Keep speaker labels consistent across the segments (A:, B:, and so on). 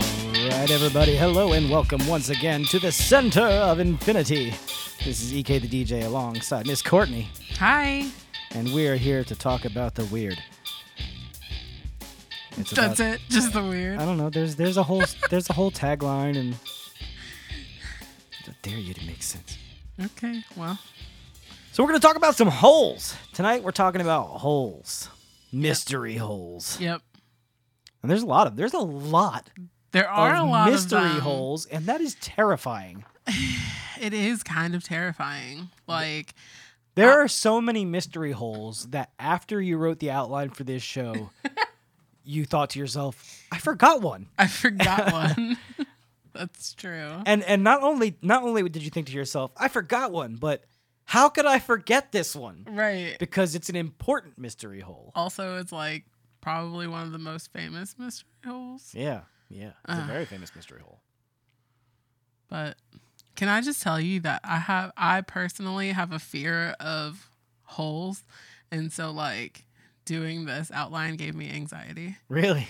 A: right, everybody. Hello and welcome once again to the center of infinity. This is EK the DJ alongside Miss Courtney,
B: Hi.
A: and we are here to talk about the weird. It's
B: That's
A: about-
B: it. Just the weird.
A: I don't know. There's there's a whole there's a whole tagline, and I dare you to make sense.
B: Okay. Well,
A: So we're gonna talk about some holes tonight. We're talking about holes, mystery holes,
B: yep.
A: and there's a lot of there's a lot
B: There are
A: of
B: a lot
A: mystery
B: of them.
A: holes, and that is terrifying.
B: It is kind of terrifying. Like,
A: There are so many mystery holes that after you wrote the outline for this show, you thought to yourself, "I forgot one."
B: I forgot one. That's true.
A: And and not only not only did you think to yourself, "I forgot one," but how could I forget this one?
B: Right.
A: Because it's an important mystery hole.
B: Also, it's like probably one of the most famous mystery holes.
A: Yeah, yeah, it's a
B: Uh.
A: very famous mystery hole.
B: But can I just tell you that I have, I personally have a fear of holes. And so, like, doing this outline gave me anxiety.
A: Really?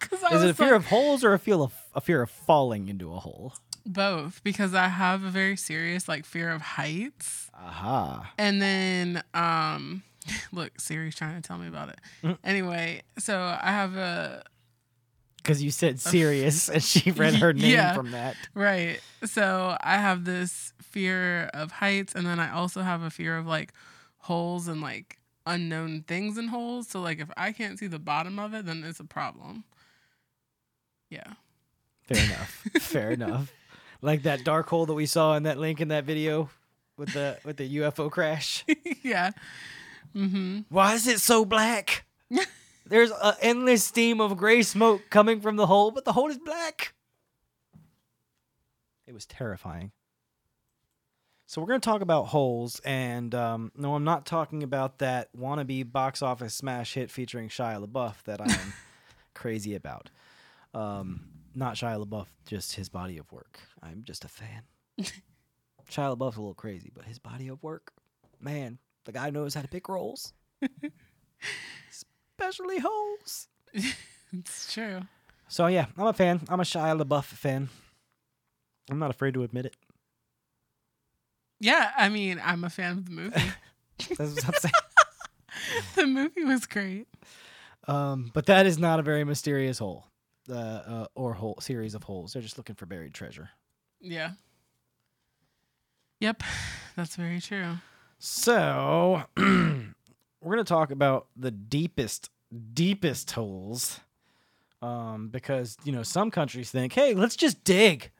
B: 'Cause I
A: Is it a
B: was
A: fear
B: like-
A: of holes or a fear of a fear of falling into a hole?
B: both because I have a very serious like fear of heights.
A: Aha.
B: And then um look, Siri's trying to tell me about it.
A: Mm.
B: Anyway, so I have a
A: Because you said serious and she read her name
B: Yeah.
A: from that.
B: right. So I have this fear of heights and then I also have a fear of like holes and like unknown things in holes. So like if I can't see the bottom of it, then it's a problem. Yeah.
A: Fair enough. Fair enough. Like that dark hole that we saw in that link in that video with the with the UFO crash.
B: yeah. Mhm.
A: Why is it so black? There's an endless steam of gray smoke coming from the hole, but the hole is black. It was terrifying. So we're going to talk about holes, and um, no, I'm not talking about that wannabe box office smash hit featuring Shia LaBeouf that I'm crazy about. Um, not Shia LaBeouf, just his body of work. I'm just a fan. Shia LaBeouf's a little crazy, but his body of work, man, the guy knows how to pick roles, especially holes.
B: It's true.
A: So yeah, I'm a fan. I'm a Shia LaBeouf fan. I'm not afraid to admit it.
B: Yeah, I mean, I'm a fan of the movie.
A: That's what I'm saying.
B: the movie was great.
A: Um, but that is not a very mysterious hole, uh, uh, or hole series of holes. They're just looking for buried treasure.
B: Yeah. Yep, that's very true.
A: So we're gonna talk about the deepest, deepest holes, um, because you know some countries think, hey, let's just dig.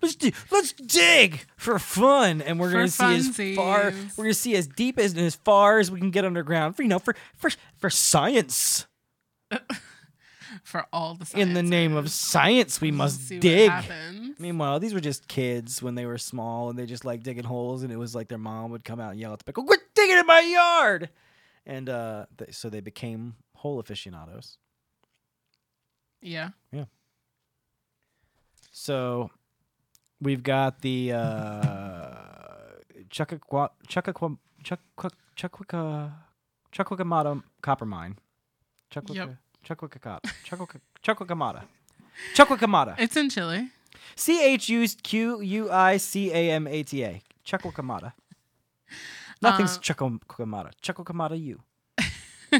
A: Let's, do, let's dig for fun, and we're
B: For
A: gonna see as far
B: funsies.
A: we're gonna see as deep as and as far as we can get underground for you know for for for science.
B: For all the
A: In the name of science, we
B: sciences.
A: must
B: See what
A: dig.
B: happens.
A: Meanwhile, these were just kids when they were small, and they just like digging holes, and it was like their mom would come out and yell at the pickle, "Quit digging in my yard!" And uh, th- so they became hole aficionados.
B: Yeah.
A: So we've got the uh, Chuckaqua Chuckaqua Chuckaqua Chuckaqua Chuckaqua copper mine. Chuckaqua
B: Yep.
A: Chuckaqua Chuckaqua Chuckaqua
B: It's in Chile.
A: C H U Q U I C A M A T A. Chuckwakamata. Nothing's
B: Uh,
A: Chuckwakamata. Chuckwakamata, you.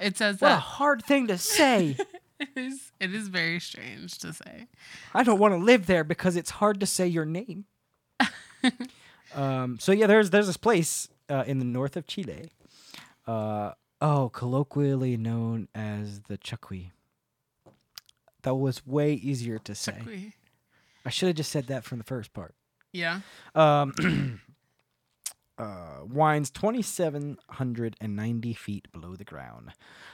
B: It says
A: What a
B: that
A: hard thing to say.
B: it is, it is very strange to say.
A: I don't want to live there because it's hard to say your name. um, so yeah, there's there's this place uh, in the north of Chile. Uh, oh, colloquially known as the Chuqui. That was way easier to say.
B: We-
A: I should have just said that from the first part.
B: Yeah.
A: um, uh, winds 2,790 feet below the ground.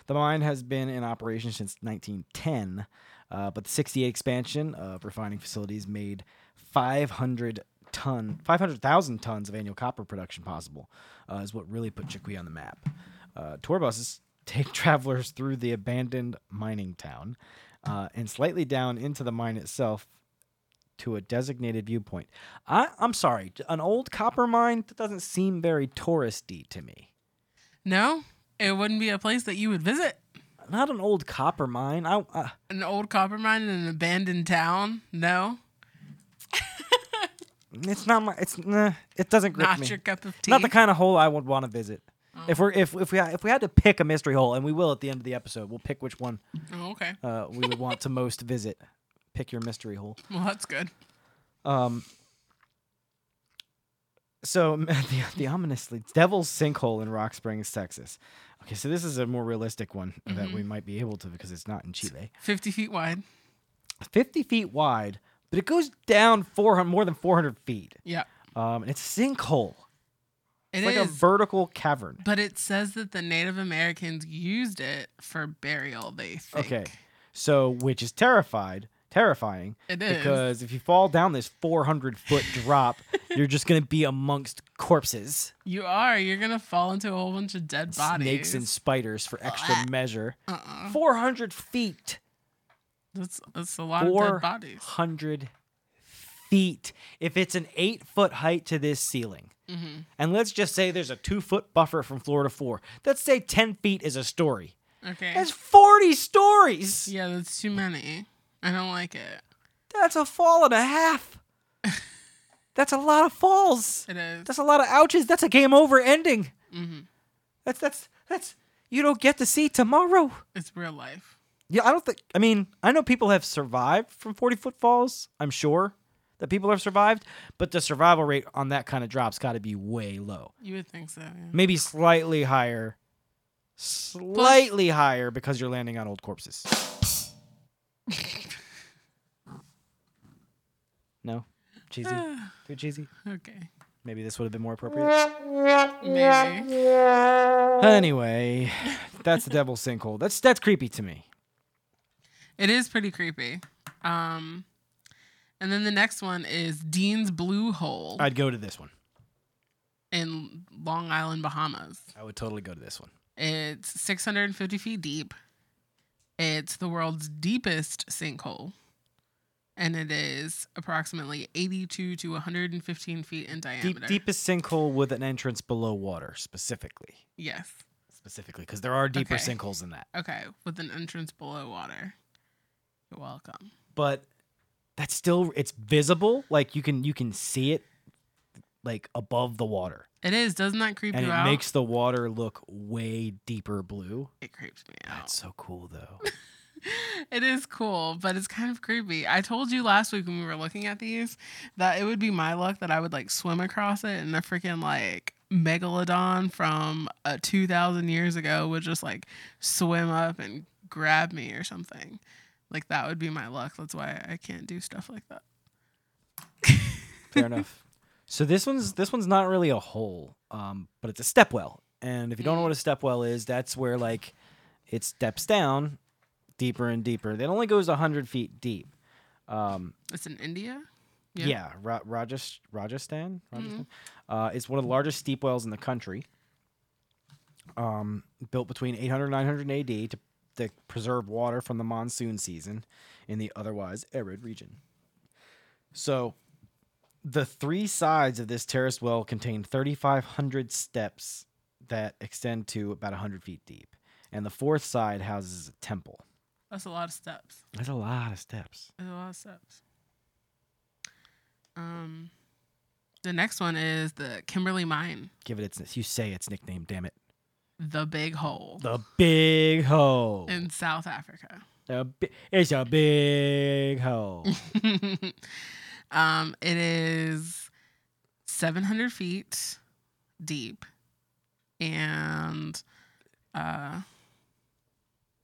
A: The mine has been in operation since 1910, uh, but the 68 expansion of refining facilities made 500 ton, 500,000 tons of annual copper production possible, uh, is what really put Chiqui on the map. Uh, tour buses take travelers through the abandoned mining town uh, and slightly down into the mine itself to a designated viewpoint. I, I'm sorry, j- an old copper mine that doesn't seem very touristy to me.
B: No, it wouldn't be a place that you would visit.
A: not an old copper mine. I uh,
B: An old copper mine in an abandoned town? No.
A: it's not my it's nah, it doesn't grip
B: Not
A: me.
B: your Oh. cup of tea.
A: Not the kind of hole I would want to visit. If we're if if we if we had to pick a mystery hole, and we will at the end of the episode, we'll pick which one
B: oh, okay.
A: uh, we would want to most visit. Pick your mystery hole.
B: Well, that's good.
A: Um. So the the ominously Devil's Sinkhole in Rock Springs, Texas. Okay, so this is a more realistic one that
B: Mm-hmm.
A: we might be able to because it's not in Chile.
B: 50 feet wide.
A: Fifty feet wide, but it goes down four hundred more than four hundred feet.
B: Yeah.
A: Um, and it's a sinkhole.
B: It
A: It's
B: is.
A: like a vertical cavern.
B: but it says that the Native Americans used it for burial, they think.
A: Okay, so which is terrified, terrifying.
B: It is.
A: because if you fall down this 400 foot drop, you're just gonna be amongst corpses,
B: you are. You're going to fall into a whole bunch of dead bodies. Oh,
A: snakes, and spiders for extra measure.
B: Uh-uh.
A: 400 feet,
B: That's, that's a lot of dead bodies.
A: 400 feet. If it's an eight foot height to this ceiling,
B: Mm-hmm.
A: and let's just say there's a two foot buffer from floor to floor, let's say 10 feet is a story.
B: Okay.
A: That's 40 stories.
B: yeah, that's too many. I don't like it.
A: That's a fall and a half. That's a lot of falls.
B: It is.
A: That's a lot of ouches. That's a game over ending.
B: hmm
A: That's that's that's you don't get to see tomorrow.
B: It's real life.
A: Yeah, I don't think. I mean, I know people have survived from forty foot falls. I'm sure that people have survived, but the survival rate on that kind of drop's got to be way low.
B: You would think so. Yeah.
A: Maybe slightly higher, slightly higher because you're landing on old corpses. no, cheesy, too cheesy.
B: okay.
A: Maybe this would have been more appropriate.
B: Maybe.
A: Anyway, that's the devil's sinkhole. That's that's creepy to me.
B: It is pretty creepy. Um, and then the next one is Dean's Blue Hole
A: I'd go to this one.
B: in Long Island, Bahamas.
A: I would totally go to this one.
B: It's 650 feet deep. It's the world's deepest sinkhole. And it is approximately 82 to 115 feet in diameter.
A: Deep, deepest sinkhole with an entrance below water, specifically.
B: Yes.
A: Specifically, because there are deeper
B: Okay.
A: sinkholes than that.
B: Okay. With an entrance below water. You're welcome.
A: But that's still it's visible. Like you can you can see it like above the water.
B: It is. Doesn't that creep
A: And
B: you
A: it
B: out?
A: makes the water look way deeper blue.
B: it creeps me out.
A: That's so cool though.
B: It is cool, but it's kind of creepy. I told you last week when we were looking at these that it would be my luck that I would like swim across it and a freaking like megalodon from uh, 2000 years ago would just like swim up and grab me or something. Like that would be my luck. That's why I can't do stuff like that.
A: Fair enough. So this one's this one's not really a hole, um, but it's a step well. And if you don't know what a step well is, that's where like it steps down deeper and deeper. It only goes hundred feet deep. Um,
B: It's in India. Yeah.
A: yeah, Ra- Rajas- Rajasthan. Rajasthan? Uh, it's one of the largest steep wells in the country. Um, built between 800 and 900 AD to, to preserve water from the monsoon season in the otherwise arid region. So, the three sides of this terraced well contain 3,500 steps that extend to about 100 feet deep, and the fourth side houses a temple.
B: That's a lot of steps.
A: That's a lot of steps.
B: That's a lot of steps. Um, the next one is the Kimberly Mine,
A: Give it its you say its nickname. Damn it.
B: the Big Hole.
A: The big hole.
B: in South Africa.
A: The bi- it's a big hole.
B: um, it is 700 feet deep and uh,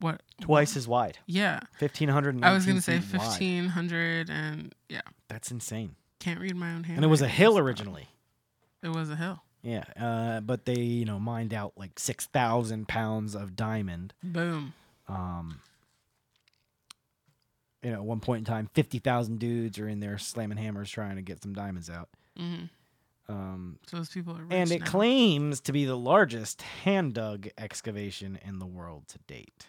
B: what?
A: Twice as wide.
B: Yeah,
A: Fifteen hundred.
B: I was gonna say 1500 and yeah,
A: That's insane.
B: can't read my own hand.
A: And it was a hill originally.
B: It was a hill.
A: Yeah, uh, but they you know mined out like six thousand pounds of diamond.
B: Boom.
A: Um, you know, at one point in time, fifty thousand dudes are in there slamming hammers trying to get some diamonds out.
B: hmm
A: Um,
B: So those people are rich
A: and it
B: now.
A: claims to be the largest hand dug excavation in the world to date.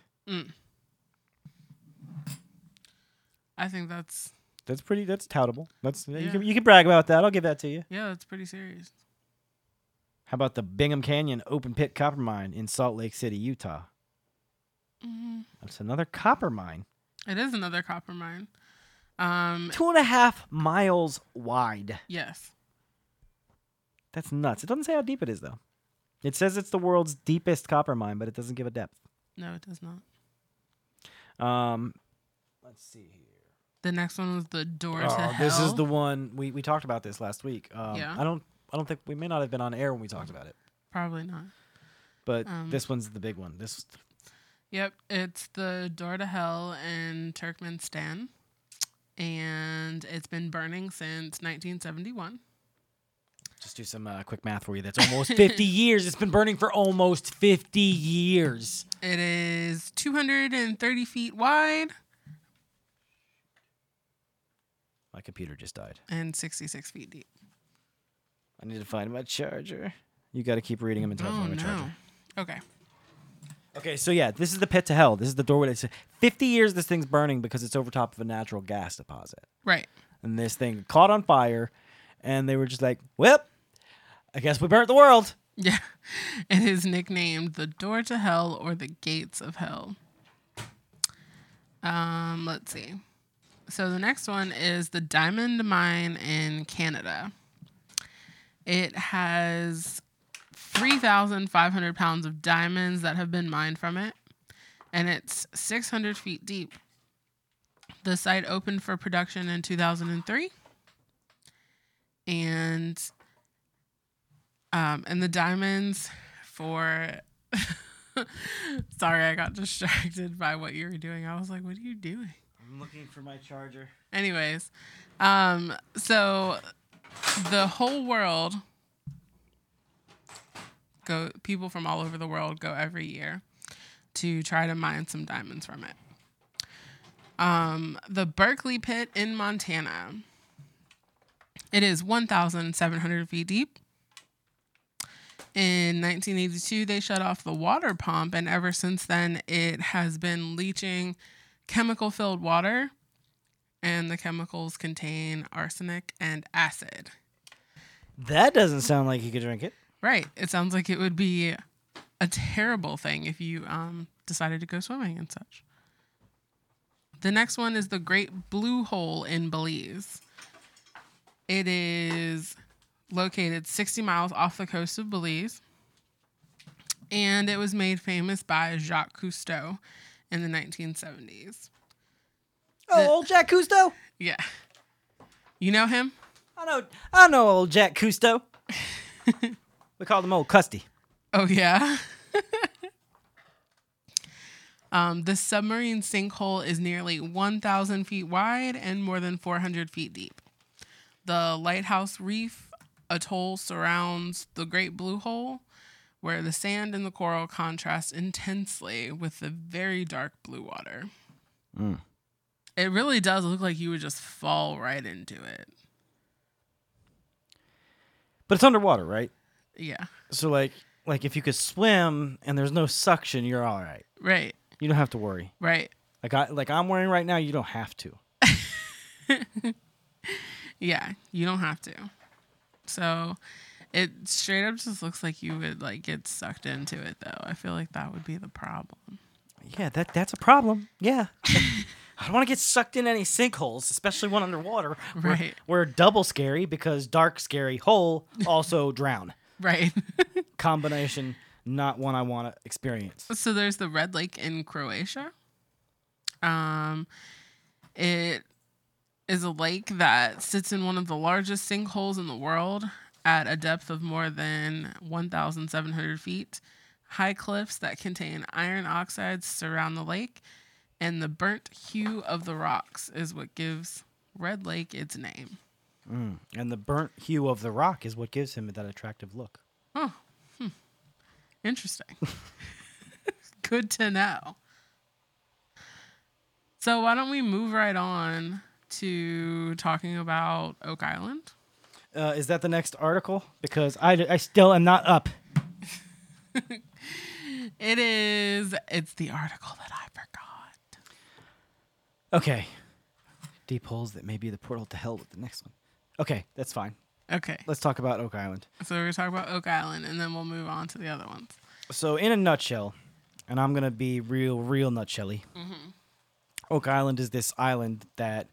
B: I think that's
A: That's pretty. That's toutable. That's you, can,
B: Yeah.
A: you can brag about that. I'll give that to you.
B: yeah, that's pretty serious.
A: How about the Bingham Canyon open pit copper mine in Salt Lake City, Utah?
B: Mhm.
A: That's another copper mine.
B: It is another copper mine. Um,
A: Two and a half miles wide.
B: yes.
A: That's nuts. It doesn't say how deep it is, though. It says it's the world's deepest copper mine, but it doesn't give a depth.
B: No, it does not.
A: Um, Let's see here.
B: The next one was the door to
A: Oh,
B: hell.
A: this is the one we, we talked about this last week. Um,
B: Yeah.
A: I don't I don't think we may not have been on air when we talked about it,
B: probably not.
A: but
B: Um,
A: this one's the big one. This
B: Yep, it's the door to hell in Turkmenistan, and it's been burning since 1971.
A: just do some uh, quick math for you. That's almost 50 years. It's been burning for almost 50 years.
B: It is 230 feet wide
A: My computer just died.
B: and 66 feet deep.
A: I need to find my charger. You got to keep reading them until I
B: Oh
A: find my
B: no.
A: charger.
B: Okay.
A: Okay, so yeah, this is the pit to hell. This is the doorway. It's 50 years this thing's burning because it's over top of a natural gas deposit.
B: Right.
A: And this thing caught on fire, and they were just like, well, I guess we burnt the world.
B: Yeah. It is nicknamed the door to hell or the gates of hell. Um, let's see. So the next one is the diamond mine in Canada. It has 3,500 pounds of diamonds that have been mined from it, and it's 600 feet deep. The site opened for production in 2003, and um, and the diamonds for. Sorry, I got distracted by what you were doing. I was like, "What are you doing?"
A: I'm looking for my charger.
B: Anyways, um, so the whole world go people from all over the world go every year to try to mine some diamonds from it. Um, the Berkeley Pit in Montana. It is 1,700 feet deep. In 1982, they shut off the water pump, and ever since then, it has been leaching chemical filled water and the chemicals contain arsenic and acid.
A: That doesn't sound like you could drink it.
B: Right. It sounds like it would be a terrible thing if you um, decided to go swimming and such. The next one is the Great Blue Hole in Belize. It is located 60 miles off the coast of Belize. And it was made famous by Jacques Cousteau in the 1970s.
A: Oh,
B: The-
A: old Jack Cousteau.
B: Yeah. You know him?
A: I know. I know old Jack Cousteau. we called him old Custy.
B: Oh yeah. um, the submarine sinkhole is nearly 1,000 feet wide and more than 400 feet deep. The lighthouse reef atoll surrounds the Great Blue Hole, where the sand and the coral contrast intensely with the very dark blue water.
A: Mm.
B: It really does look like you would just fall right into it.
A: But it's underwater, right?
B: Yeah,
A: So like, like if you could swim and there's no suction, you're all right.
B: right,
A: You don't have to worry.
B: right.
A: Like I, like I'm wearing right now, you don't have to.
B: Yeah, you don't have to. So it straight up just looks like you would like get sucked into it though. I feel like that would be the problem.
A: Yeah, that that's a problem. Yeah. I don't want to get sucked in any sinkholes, especially one underwater. We're-
B: Right.
A: We're, double scary because dark, scary hole also drown.
B: Right.
A: Combination, not one I want to experience.
B: so there's the Red Lake in Croatia. Um it is a lake that sits in one of the largest sinkholes in the world at a depth of more than 1,700 feet. High cliffs that contain iron oxides surround the lake, and the burnt hue of the rocks is what gives Red Lake its name.
A: And the burnt hue of the rock is what gives him that attractive look.
B: Interesting. Good to know. So, why don't we move right on to talking about Oak Island?
A: Uh, is that the next article? Because I, I still am not up.
B: It is. It's the article that I forgot.
A: Okay. Deep holes that may be the portal to hell with the next one. Okay, that's fine.
B: Okay.
A: Let's talk about Oak Island.
B: So we're gonna talk about Oak Island, and then we'll move on to the other ones.
A: So, in a nutshell, and I'm gonna be real, real nutshelly. Oak Island is this island that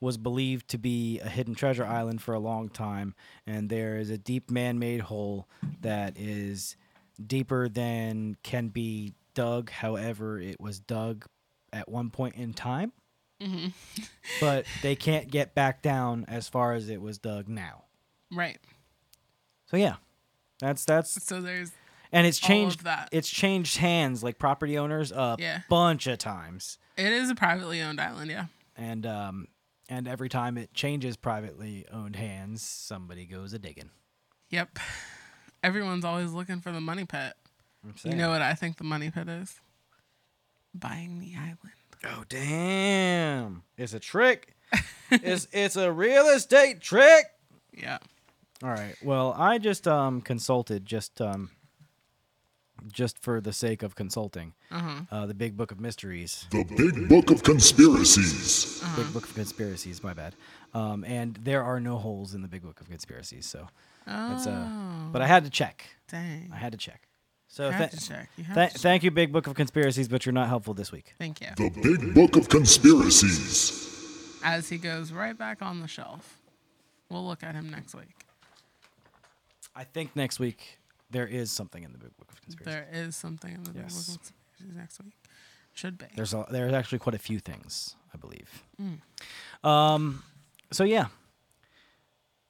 A: was believed to be a hidden treasure island for a long time, and there is a deep man-made hole that is deeper than can be dug. However, it was dug at one point in time, but they can't get back down as far as it was dug now.
B: Right.
A: So yeah, that's that's
B: So there's
A: and it's
B: all of
A: changed
B: that.
A: it's changed hands like property owners a
B: Yeah.
A: bunch of times
B: it is a privately owned island, yeah.
A: and um and every time it changes privately owned hands somebody goes a digging
B: Yep. Everyone's always looking for the money pit.
A: I'm
B: You know what I think the money pit is? Buying the island.
A: saying. oh damn it's a trick it's it's a real estate trick
B: Yeah.
A: all right well i just um consulted just um just for the sake of consulting
B: Uh-huh.
A: uh the big book of mysteries
C: The Big Book of Conspiracies.
A: Big
B: Uh-huh.
A: Book of Conspiracies. My bad. Um, and there are no holes in the Big Book of Conspiracies. So,
B: Oh.
A: it's, uh, but I had to check.
B: dang.
A: I had to check. So,
B: You
A: tha-
B: have to check. You have
A: tha-
B: to check.
A: thank you, Big Book of Conspiracies, but you're not helpful this week.
B: Thank you.
C: The Big Book of Conspiracies.
B: As he goes right back on the shelf. We'll look at him next week.
A: I think next week there is something in the Big Book of Conspiracies.
B: There is something in the Big Book of
A: Yes.
B: Conspiracies next week. Should be.
A: There's a, there's actually quite a few things, I believe.
B: Mm.
A: Um, so yeah.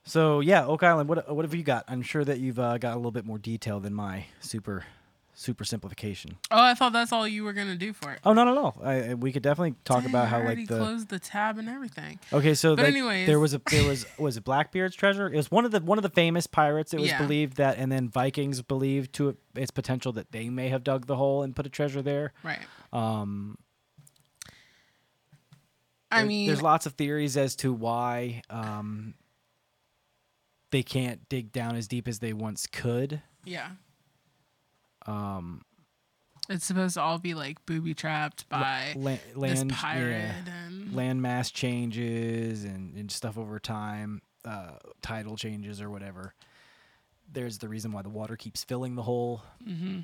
A: So yeah, Oak Island. What what have you got? I'm sure that you've uh, got a little bit more detail than my super super simplification.
B: Oh, I thought that's all you were gonna do for it.
A: Oh, not at all. I, I- we could definitely talk
B: Dang,
A: about
B: I
A: how
B: already
A: like the
B: closed the tab and everything.
A: okay. So
B: But
A: like,
B: anyways.
A: there was a there was was it Blackbeard's treasure? It was one of the one of the famous pirates. It was
B: Yeah.
A: believed that, and then Vikings believed to it- its potential that they may have dug the hole and put a treasure there.
B: Right.
A: Um,
B: I
A: there-
B: mean,
A: there's lots of theories as to why um they can't dig down as deep as they once could.
B: yeah. Um, it's supposed to all be like booby trapped by
A: Um, La-
B: Eh, this
A: land,
B: pirate
A: yeah.
B: and
A: landmass changes and, and stuff over time, uh, tidal changes or whatever. There's the reason why the water keeps filling the hole. Mm-hmm.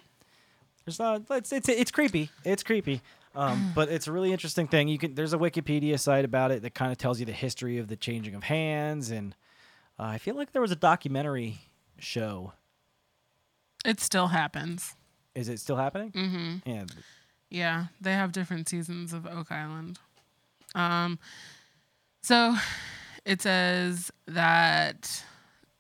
A: There's not. It's it's it's creepy. It's creepy. Um, but it's a really interesting thing. You can there's a Wikipedia site about it that kind of tells you the history of the changing of hands, and uh, I feel like there was a documentary show.
B: it still happens.
A: Is it still happening?
B: hmm
A: Yeah.
B: Yeah, they have different seasons of Oak Island. Um, so it says that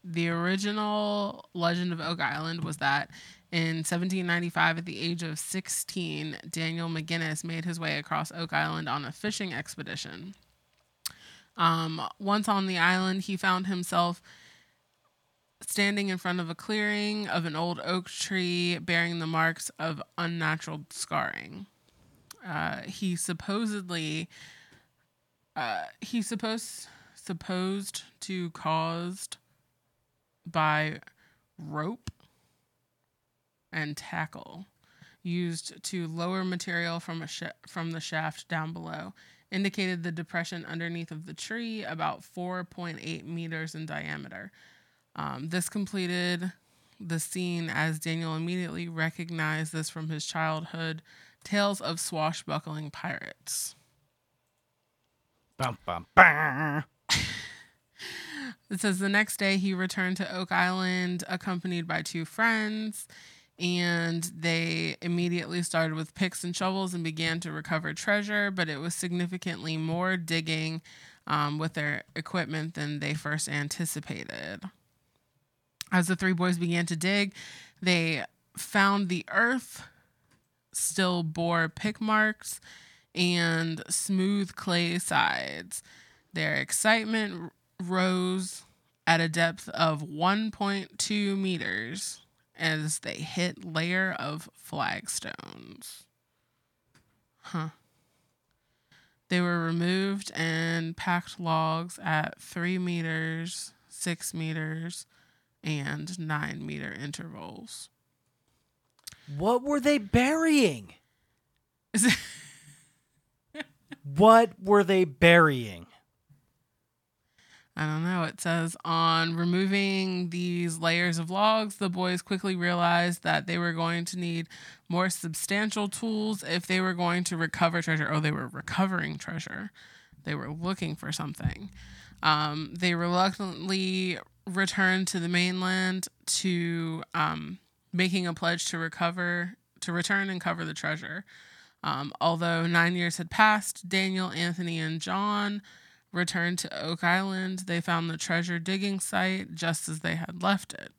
B: the original legend of Oak Island was that in 1795, at the age of 16, Daniel McGinnis made his way across Oak Island on a fishing expedition. Um, once on the island, he found himself standing in front of a clearing of an old oak tree bearing the marks of unnatural scarring. Uh, he supposedly uh, he supposed supposed to caused by rope and tackle used to lower material from a sh- from the shaft down below indicated the depression underneath of the tree about 4.8 meters in diameter um, this completed the scene as Daniel immediately recognized this from his childhood tales of swashbuckling pirates.
A: Bum, bum, bah.
B: It says the next day he returned to Oak Island accompanied by two friends, and they immediately started with picks and shovels and began to recover treasure. But it was significantly more digging um, with their equipment than they first anticipated. As the three boys began to dig, they found the earth still bore pick marks and smooth clay sides. Their excitement r- rose at a depth of 1.2 meters as they hit layer of flagstones. Huh. They were removed and packed logs at 3 meters, 6 meters, and 9 meter intervals.
A: What were they burying? What were they burying?
B: I don't know. It says on removing these layers of logs, the boys quickly realized that they were going to need more substantial tools if they were going to recover treasure. Oh, they were recovering treasure. They were looking for something. Um, they reluctantly returned to the mainland to um, making a pledge to recover, to return and cover the treasure. Um, although nine years had passed, Daniel, Anthony, and John returned to Oak Island. They found the treasure digging site just as they had left it.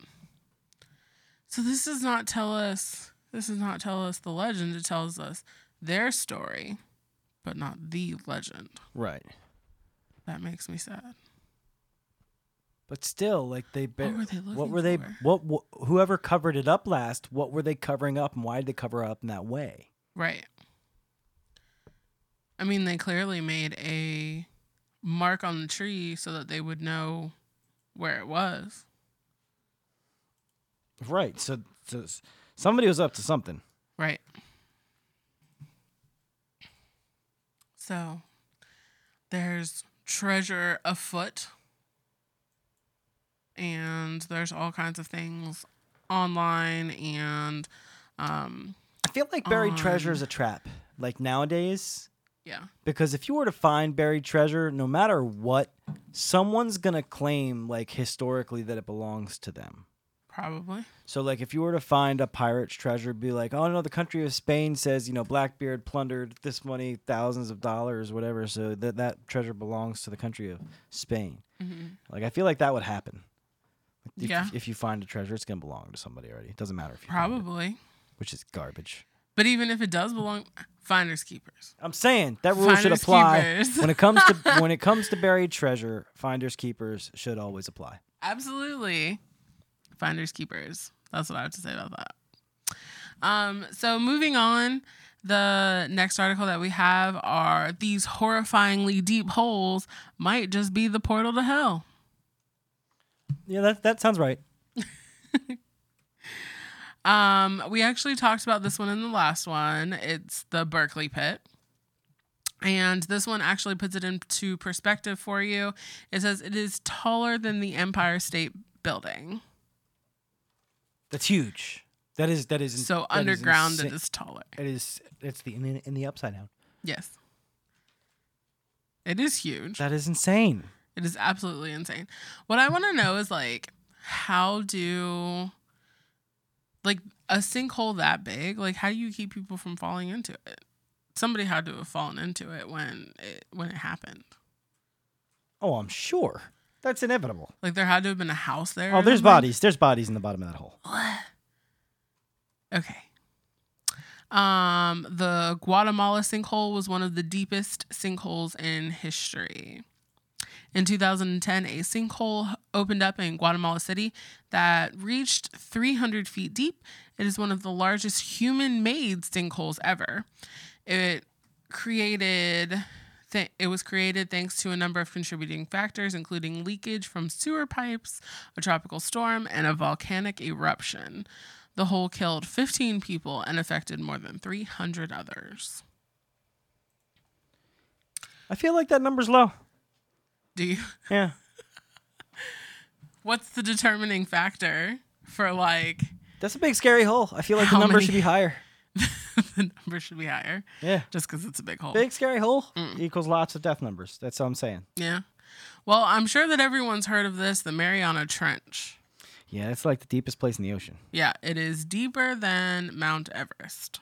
B: So this does not tell us. This does not tell us the legend. It tells us their story, but not the legend.
A: Right.
B: That makes me sad.
A: But still, like they, ba-
B: What were they
A: what
B: looking
A: were they?
B: for?
A: What, what? Whoever covered it up last, what were they covering up, and why did they cover up in that way?
B: Right. I mean, they clearly made a mark on the tree so that they would know where it was.
A: Right. So, so s- somebody was up to something.
B: Right. So there's treasure afoot, and there's all kinds of things online, and um,
A: I feel like buried treasure is
B: Um,
A: a trap. Like nowadays,
B: yeah,
A: because if you were to find buried treasure, no matter what, someone's gonna claim like historically that it belongs to them.
B: probably.
A: So like if you were to find a pirate's treasure, be like, oh no, the country of Spain says you know Blackbeard plundered this money, thousands of dollars, whatever. So that that treasure belongs to the country of Spain.
B: Mhm.
A: Like I feel like that would happen. If,
B: Yeah.
A: If you find a treasure, it's gonna belong to somebody already. It doesn't matter if you found it,
B: Probably.
A: which is garbage.
B: But even if it does belong, finders keepers.
A: I'm saying that rule should
B: Finders
A: apply
B: keepers.
A: when it comes to when it comes to buried treasure. Finders keepers should always apply.
B: Absolutely. Finders keepers. That's what I have to say about that. Um, so moving on, the next article that we have are these horrifyingly deep holes might just be the portal to hell.
A: Yeah, that that sounds right.
B: Um, we actually talked about this one in the last one. It's the Berkeley Pit. And this one actually puts it into perspective for you. It says it is taller than the Empire State Building.
A: That's huge. That is that is
B: So
A: that is
B: underground
A: insa-
B: it is taller.
A: It is. It's the in, in the upside down.
B: Yes. It is huge.
A: That is insane.
B: It is absolutely insane. What I want to know is like, how do, like, a sinkhole that big, like, how do you keep people from falling into it? Somebody had to have fallen into it when it when it happened.
A: Oh, I'm sure. That's inevitable.
B: Like, there had to have been a house there.
A: Oh,
B: or
A: there's
B: something.
A: bodies. There's bodies in the bottom of that hole.
B: Okay. Um, the Guatemala sinkhole was one of the deepest sinkholes in history. In 2010, a sinkhole opened up in Guatemala City that reached 300 feet deep. It is one of the largest human made sinkholes ever. It created. Th- it was created thanks to a number of contributing factors, including leakage from sewer pipes, a tropical storm, and a volcanic eruption. The hole killed 15 people and affected more than 300 others.
A: I feel like that number's low.
B: Do you?
A: Yeah.
B: What's the determining factor for like
A: That's a big scary hole. I feel like
B: How
A: the number
B: many-
A: should be higher.
B: the number should be higher?
A: Yeah.
B: Just because it's a big hole.
A: Big scary hole equals lots of death numbers. That's what I'm saying.
B: Yeah. Well, I'm sure that everyone's heard of this, the Mariana Trench.
A: Yeah, it's like the deepest place in the ocean.
B: Yeah, it is deeper than Mount Everest.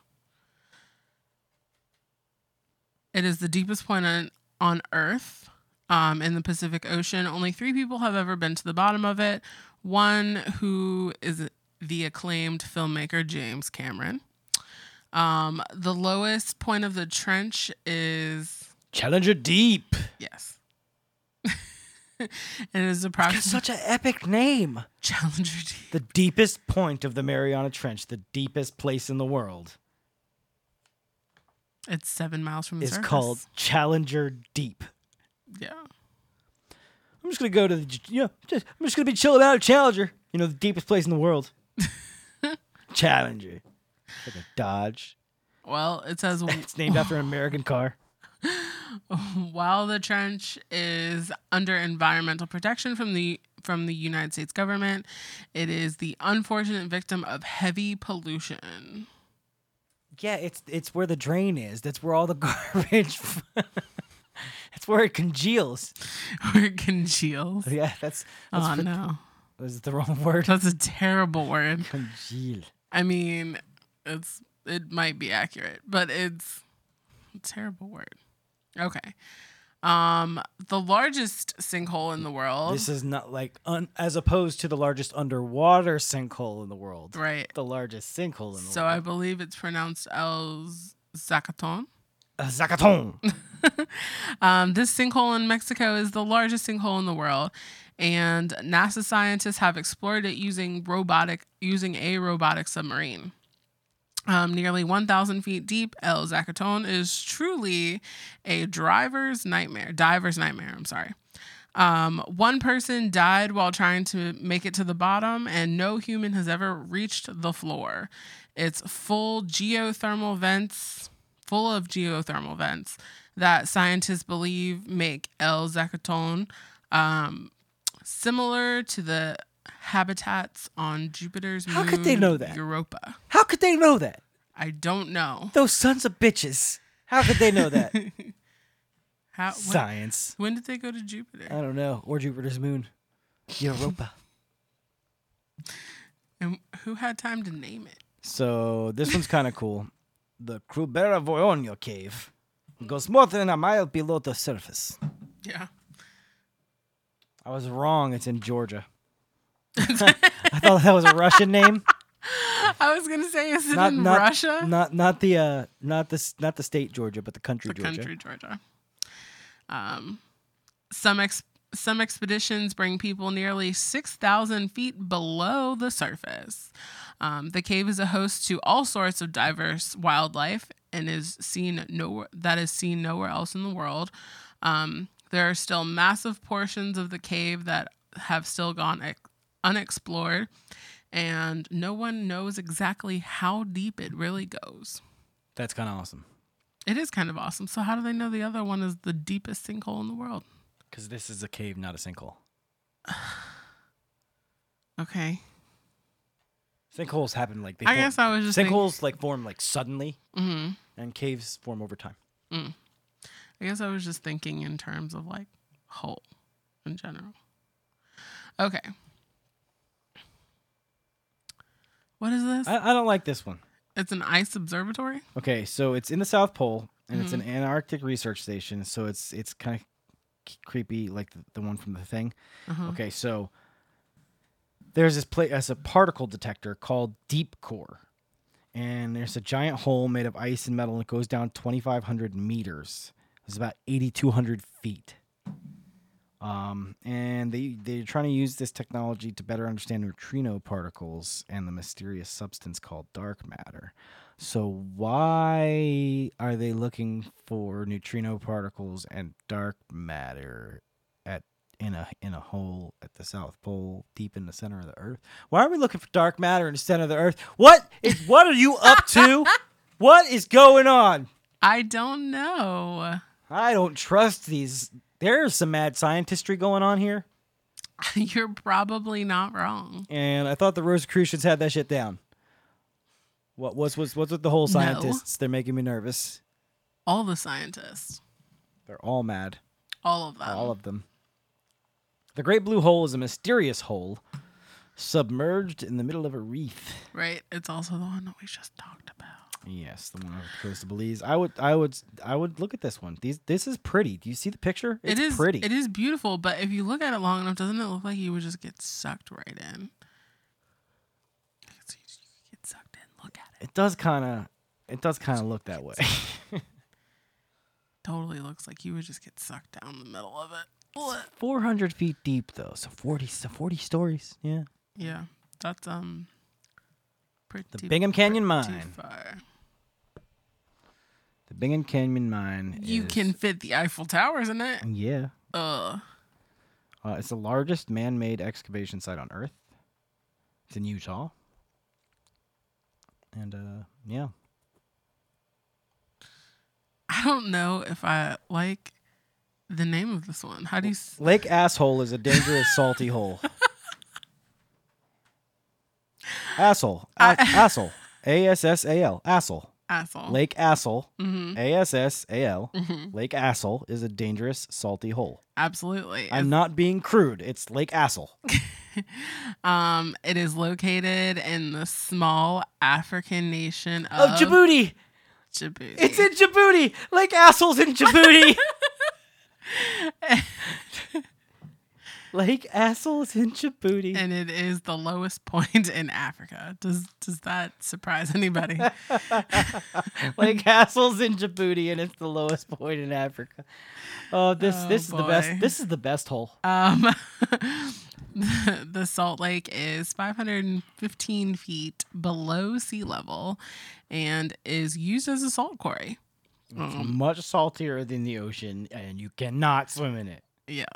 B: It is the deepest point on, on Earth um, in the Pacific Ocean. Only three people have ever been to the bottom of it. One who is the acclaimed filmmaker James Cameron. Um, the lowest point of the trench is,
A: Challenger Deep.
B: yes. it is approximately
A: It's such an epic name.
B: Challenger Deep.
A: The deepest point of the Mariana Trench, the deepest place in the world,
B: It's seven miles from the
A: is
B: surface.
A: called Challenger Deep.
B: Yeah.
A: I'm just gonna go to the, j- you know, just, I'm just gonna be chilling out at Challenger. You know, the deepest place in the world. Challenger. Like a Dodge.
B: Well, it says
A: It's named after an American car.
B: While the trench is under environmental protection from the from the United States government, it is the unfortunate victim of heavy pollution.
A: Yeah, it's it's where the drain is. That's where all the garbage. that's where it congeals.
B: Where it congeals.
A: Yeah, that's. that's
B: Oh
A: what-
B: no.
A: Was the wrong word?
B: That's a terrible word.
A: Congeal.
B: I mean, it's it might be accurate, but it's a terrible word. Okay. Um, the largest sinkhole in the world.
A: This is not like un, as opposed to the largest underwater sinkhole in the world.
B: right.
A: The largest sinkhole in the
B: So I
A: world.
B: believe it's pronounced El Zacaton.
A: So Zacaton.
B: Um, this sinkhole in Mexico is the largest sinkhole in the world, and NASA scientists have explored it using robotic using a robotic submarine. Um, nearly 1,000 feet deep, El Zacaton is truly a driver's nightmare. Diver's nightmare. I'm sorry. Um, one person died while trying to make it to the bottom, and no human has ever reached the floor. It's full geothermal vents, full of geothermal vents that scientists believe make El Zacaton um, similar to the habitats on Jupiter's
A: How
B: moon,
A: could they know that?
B: Europa.
A: How could they know that?
B: I don't know.
A: Those sons of bitches. How could they know that?
B: How, when,
A: Science.
B: when did they go to
A: I
B: Jupiter?
A: don't know. Or Jupiter's moon. Europa.
B: And who had time to name it?
A: So this one's kind of cool. The Krubera Voronio cave goes more than a mile below the surface.
B: Yeah.
A: I was wrong. It's in Georgia. I thought that was a Russian name.
B: I was gonna say, is it
A: Not
B: in
A: not
B: Russia?
A: Not not the uh not this not the state Georgia, but the country
B: the
A: Georgia.
B: country Georgia. Um, some ex- some expeditions bring people nearly six thousand feet below the surface. Um, the cave is a host to all sorts of diverse wildlife and is seen nowhere that is seen nowhere else in the world. Um, there are still massive portions of the cave that have still gone ex- unexplored, and no one knows exactly how deep it really goes.
A: That's kind of awesome
B: It is kind of awesome. So how do they know the other one is the deepest sinkhole in the world?
A: because this is a cave, not a sinkhole.
B: Okay.
A: Sinkholes happen like they.
B: I
A: form-
B: guess I was just thinking-
A: sinkholes like form like suddenly,
B: hmm
A: and caves form over time.
B: I guess I was just thinking in terms of like hole in general. Okay. What is this?
A: I, I don't like this one.
B: it's an ice observatory.
A: Okay, so it's in the South Pole, and it's an Antarctic research station. So it's it's kind of creepy, like the, the one from the thing.
B: Uh-huh.
A: Okay, so there's this place as a particle detector called Deep Core, and there's a giant hole made of ice and metal, and it goes down 2,500 meters. It's about 8,200 feet. Um, and they they're trying to use this technology to better understand neutrino particles and the mysterious substance called dark matter. So why are they looking for neutrino particles and dark matter at in a in a hole at the South Pole, deep in the center of the Earth? Why are we looking for dark matter in the center of the Earth? What is what are you up to? what is going on?
B: I don't know.
A: I don't trust these. There's some mad scientistry going on here,
B: You're probably not wrong.
A: and I thought the Rosicrucians had that shit down. What what's what's what's with the whole
B: No.
A: scientists? They're making me nervous.
B: All the scientists,
A: They're all mad.
B: all of them.
A: all of them. The Great Blue Hole is a mysterious hole submerged in the middle of a reef.
B: right? It's also the one that we just talked about.
A: Yes, the one I chose to Belize. I would, I would, I would look at this one. These, this is pretty. Do you see the picture?
B: It is
A: pretty.
B: It is beautiful, but if you look at it long enough, doesn't it look like you would just get sucked right in? It's- You just get sucked in. Look at it.
A: It does kind of, it does kind of look that way.
B: Totally looks like you would just get sucked down the middle of it. Blech.
A: Four hundred feet deep though, so forty, so forty stories. Yeah.
B: Yeah, that's um. Pretty,
A: Bingham Canyon
B: pretty
A: Mine.
B: Far.
A: The Bingham Canyon Mine.
B: You
A: is-
B: can fit the Eiffel Towers in it.
A: Yeah.
B: Ugh.
A: Uh, it's the largest man-made excavation site on Earth. It's in Utah. And uh, yeah,
B: I don't know if I like the name of this one. How do you? s-
A: Lake Asshole is a dangerous salty hole. Asshole. A-
B: I-
A: asshole. A S S A L. Asshole.
B: Asshole.
A: Lake Asshole.
B: Mm-hmm.
A: A S S A L.
B: hmm
A: Lake Asshole is a dangerous salty hole.
B: Absolutely.
A: I'm not being crude. It's Lake Asshole.
B: um, it is located in the small African nation of,
A: Of Oh, Djibouti.
B: Djibouti.
A: It's in Djibouti. Lake Asshole's in Djibouti. Lake Asshole's in Djibouti.
B: and it is the lowest point in Africa. Does does that surprise anybody?
A: Lake Castle's in Djibouti, and it's the lowest point in Africa. Oh, this
B: Oh,
A: this is the
B: boy.
A: best. This is the best hole.
B: Um, the, the Salt Lake is 515 feet below sea level and is used as a salt quarry.
A: It's
B: Um,
A: much saltier than the ocean, and you cannot swim in it.
B: yes.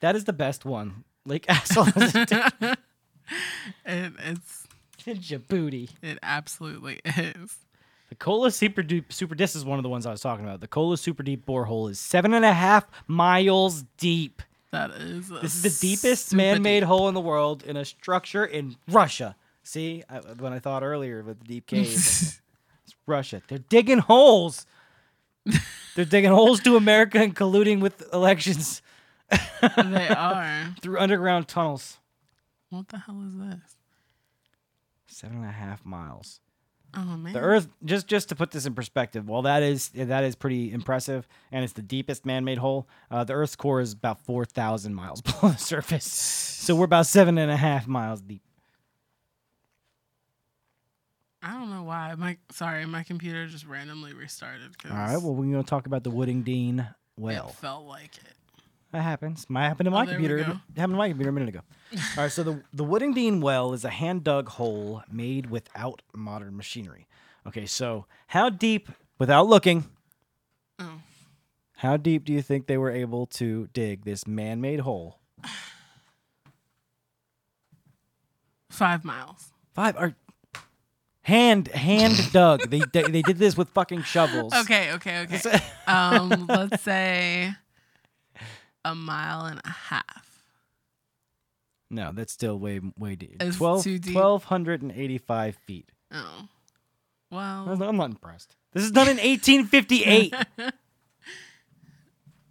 A: That is the best one. Lake Asshole's in Dj-
B: it, it's,
A: in Djibouti.
B: it absolutely is.
A: The Kola Super Deep Super. This is one of the ones I was talking about. The Kola Super Deep borehole is seven and a half miles deep.
B: That is. a
A: This is the deepest
B: super
A: man-made
B: deep-
A: hole in the world in a structure in Russia. See, I, when I thought earlier with the deep cave. Russia. They're digging holes. They're digging holes to America and colluding with elections
B: they are.
A: through underground tunnels.
B: What the hell is this?
A: Seven and a half miles.
B: Oh man.
A: The Earth, just just to put this in perspective, while that is that is pretty impressive, and it's the deepest man-made hole. Uh, the Earth's core is about four thousand miles below the surface, so we're about seven and a half miles deep.
B: I don't know why. My sorry, my computer just randomly restarted. 'cause
A: All right. Well, we're gonna talk about the Woodingdene whale.
B: it felt like it.
A: That happens. My happened to my
B: Oh, there we
A: computer. It
B: go.
A: happened to my computer a minute ago. All right. So the the Woodingdene well is a hand dug hole made without modern machinery. Okay. So how deep, without looking,
B: Oh.
A: how deep do you think they were able to dig this man made hole?
B: Five miles.
A: Five or hand hand dug. They, they they did this with fucking shovels.
B: Okay, okay, okay.
A: So-
B: um, let's say a mile and a half.
A: no, that's still way way deep.
B: It's
A: 12,
B: too deep.
A: 1,285 feet.
B: Oh, well,
A: I'm not impressed. This is done in 1858.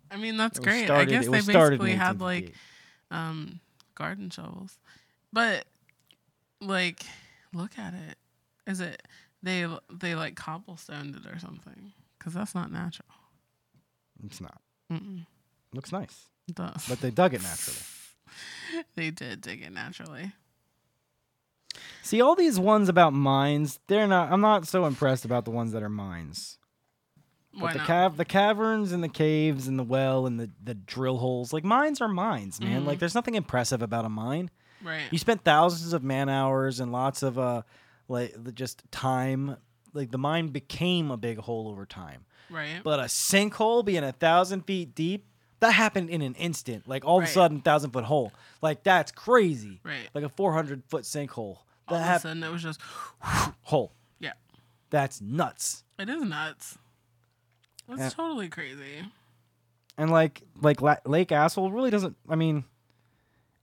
B: I mean that's
A: It was
B: great.
A: started-
B: I guess
A: it
B: they
A: was started in
B: basically had like
A: 1958.
B: um garden shovels, but like, look at it. Is it they they like cobblestoned it or something? Because that's not natural.
A: it's not.
B: Mm-mm.
A: Looks nice,
B: It does.
A: but they dug it naturally.
B: they did dig it naturally.
A: See, all these ones about mines, they're not. I'm not so impressed about the ones that are mines.
B: Why
A: but the
B: not?
A: cav, the caverns and the caves and the well and the the drill holes, like mines are mines, man.
B: Mm-hmm.
A: Like there's nothing impressive about a mine.
B: right.
A: You spent thousands of man hours and lots of uh, like the- just time. Like the mine became a big hole over time.
B: right.
A: But a sinkhole being a thousand feet deep, that happened in an instant. Like all
B: Right.
A: of a sudden, thousand foot hole. Like that's crazy.
B: right.
A: Like a 400 foot sinkhole.
B: All
A: That
B: of a
A: happened.
B: sudden it was just
A: hole.
B: yeah.
A: That's nuts.
B: It is nuts. That's
A: Yeah.
B: totally crazy.
A: And like like La- Lake Asshole really doesn't. I mean,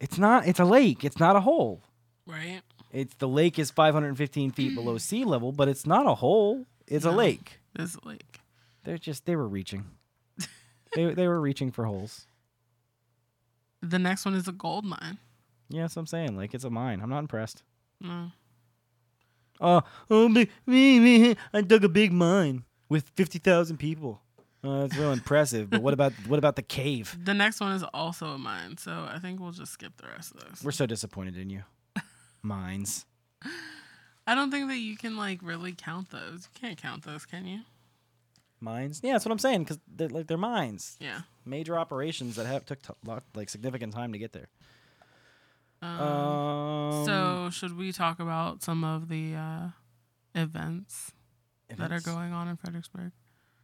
A: it's not. It's a lake. It's not a hole.
B: Right?
A: It's the lake is 515 feet below sea level, but it's not a hole. It's a
B: No.
A: lake.
B: This like
A: They're just they were reaching. they they were reaching for holes.
B: the next one is a gold mine.
A: Yeah, that's what I'm saying. Like it's a mine. I'm not impressed.
B: No.
A: Uh, oh, me, me, me, I dug a big mine with 50,000 people. Uh, that's real impressive. But what about what about the cave?
B: The next one is also a mine, so I think we'll just skip the rest of those.
A: We're so disappointed in you. Mines.
B: I don't think that you can like really count those. You can't count those, can you?
A: Mines? Yeah, that's what I'm saying. Because they're, like, they're mines.
B: Yeah.
A: Major operations that have took t- lot, like significant time to get there.
B: Um,
A: Um,
B: so should we talk about some of the uh, events that are
A: events?
B: going on in Fredericksburg?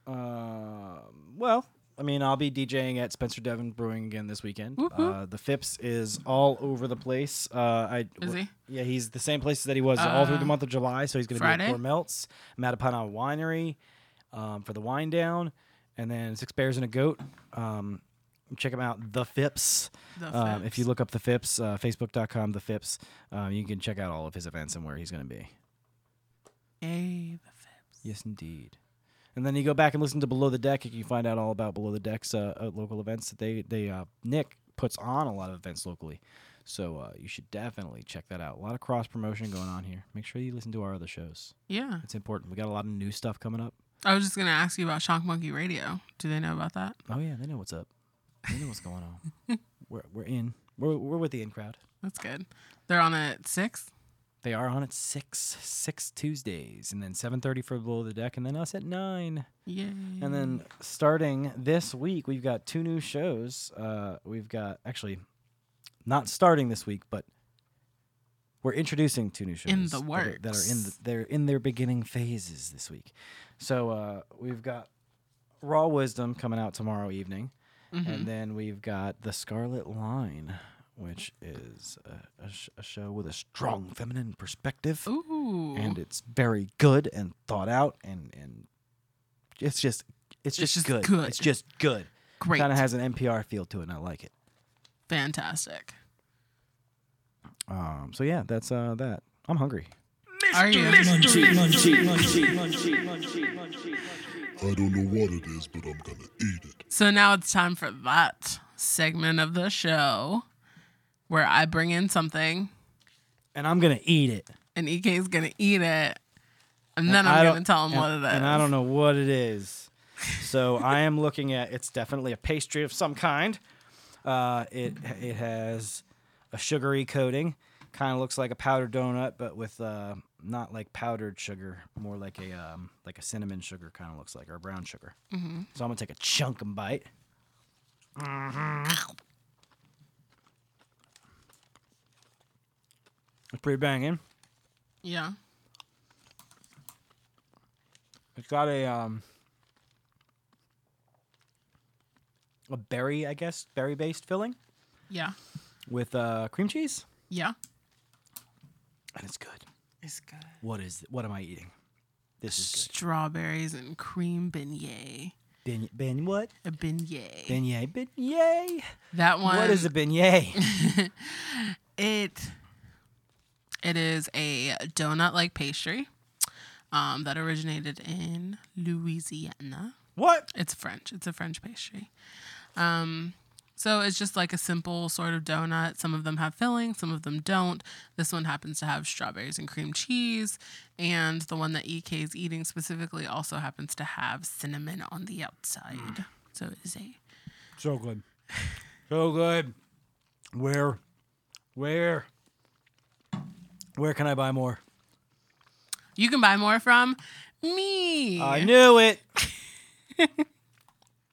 A: Uh, well, I mean, I'll be DJing at Spencer Devon Brewing again this weekend.
B: Whoop, whoop.
A: Uh, the Phipps is all over the place. Uh, I
B: Is he?
A: Yeah, he's the same places that he was all through the
B: Uh,
A: month of July. So he's going to be
B: Friday?
A: at Melts, Mattapanna Winery, um, for the wind down, and then Six Bears and a Goat. Um, check them out, The Phipps.
B: The
A: Um, if you
B: Phipps.
A: look up The Phipps, uh, Facebook.com, The Phipps, uh, you can check out all of his events and where he's going to be.
B: Yay, the Phipps.
A: Yes, indeed. And then you go back and listen to Below the Deck. You can find out all about Below the Deck's uh, uh, local events that they they uh, Nick puts on a lot of events locally. So uh, you should definitely check that out. A lot of cross promotion going on here. Make sure you listen to our other shows.
B: Yeah.
A: It's important. We got a lot of new stuff coming up.
B: I was just going to ask you about Shock Monkey Radio. Do they know about that?
A: Oh yeah, they know what's up. They know what's going on. we're we're in. We're we're with the in crowd.
B: That's good. They're on at six.
A: They are on at six six Tuesdays, and then seven thirty for Below the Deck, and then us at nine.
B: Yay.
A: And then starting this week, we've got two new shows. Uh, we've got actually not starting this week, but we're introducing two new shows
B: In the
A: that are- that are, in the,
B: works.
A: they're in their beginning phases this week. So uh, we've got Raw Wisdom coming out tomorrow evening,
B: Mm-hmm.
A: and then we've got The Scarlet Line, which is a, a, sh- a show with a strong feminine perspective
B: Ooh.
A: and it's very good and thought out and and it's just it's just,
B: just
A: good.
B: good.
A: It's just good.
B: Great.
A: Kind of has an NPR feel to it, and I like it.
B: Fantastic.
A: Um, so yeah, that's uh that. I'm hungry.
B: Are you?
C: I don't know what it is, but I'm gonna eat it.
B: So now it's time for that segment of the show where I bring in something
A: And I'm gonna eat it.
B: and E EK's going to eat it. And then
A: I
B: I'm
A: don't-
B: going to tell him
A: and-
B: what it is.
A: And I don't know what it is. So I am looking at it's definitely a pastry of some kind. Uh, it it has a sugary coating. Kind of looks like a powdered donut, but with uh, not like powdered sugar, more like a um, like a cinnamon sugar kind of looks like or a brown sugar.
B: Mm-hmm.
A: So I'm gonna take a chunk and bite.
B: Mm-hmm.
A: It's pretty banging.
B: Yeah.
A: It's got a um a berry, I guess, berry based filling
B: Yeah.
A: with uh, cream cheese,
B: Yeah.
A: and it's good.
B: It's good.
A: What is what am I eating? This is
B: Strawberries and cream beignet.
A: good. Ben, ben what?
B: A beignet.
A: Beignet, beignet.
B: that one.
A: What is a beignet?
B: It it is a donut like pastry um, that originated in Louisiana.
A: what?
B: It's French. It's a French pastry. Um, so it's just like a simple sort of donut. Some of them have filling, some of them don't. This one happens to have strawberries and cream cheese, and the one that EK is eating specifically also happens to have cinnamon on the outside. So it is a
A: So good. So good. Where? Where? Where can I buy more?
B: you can buy more from me.
A: I knew it.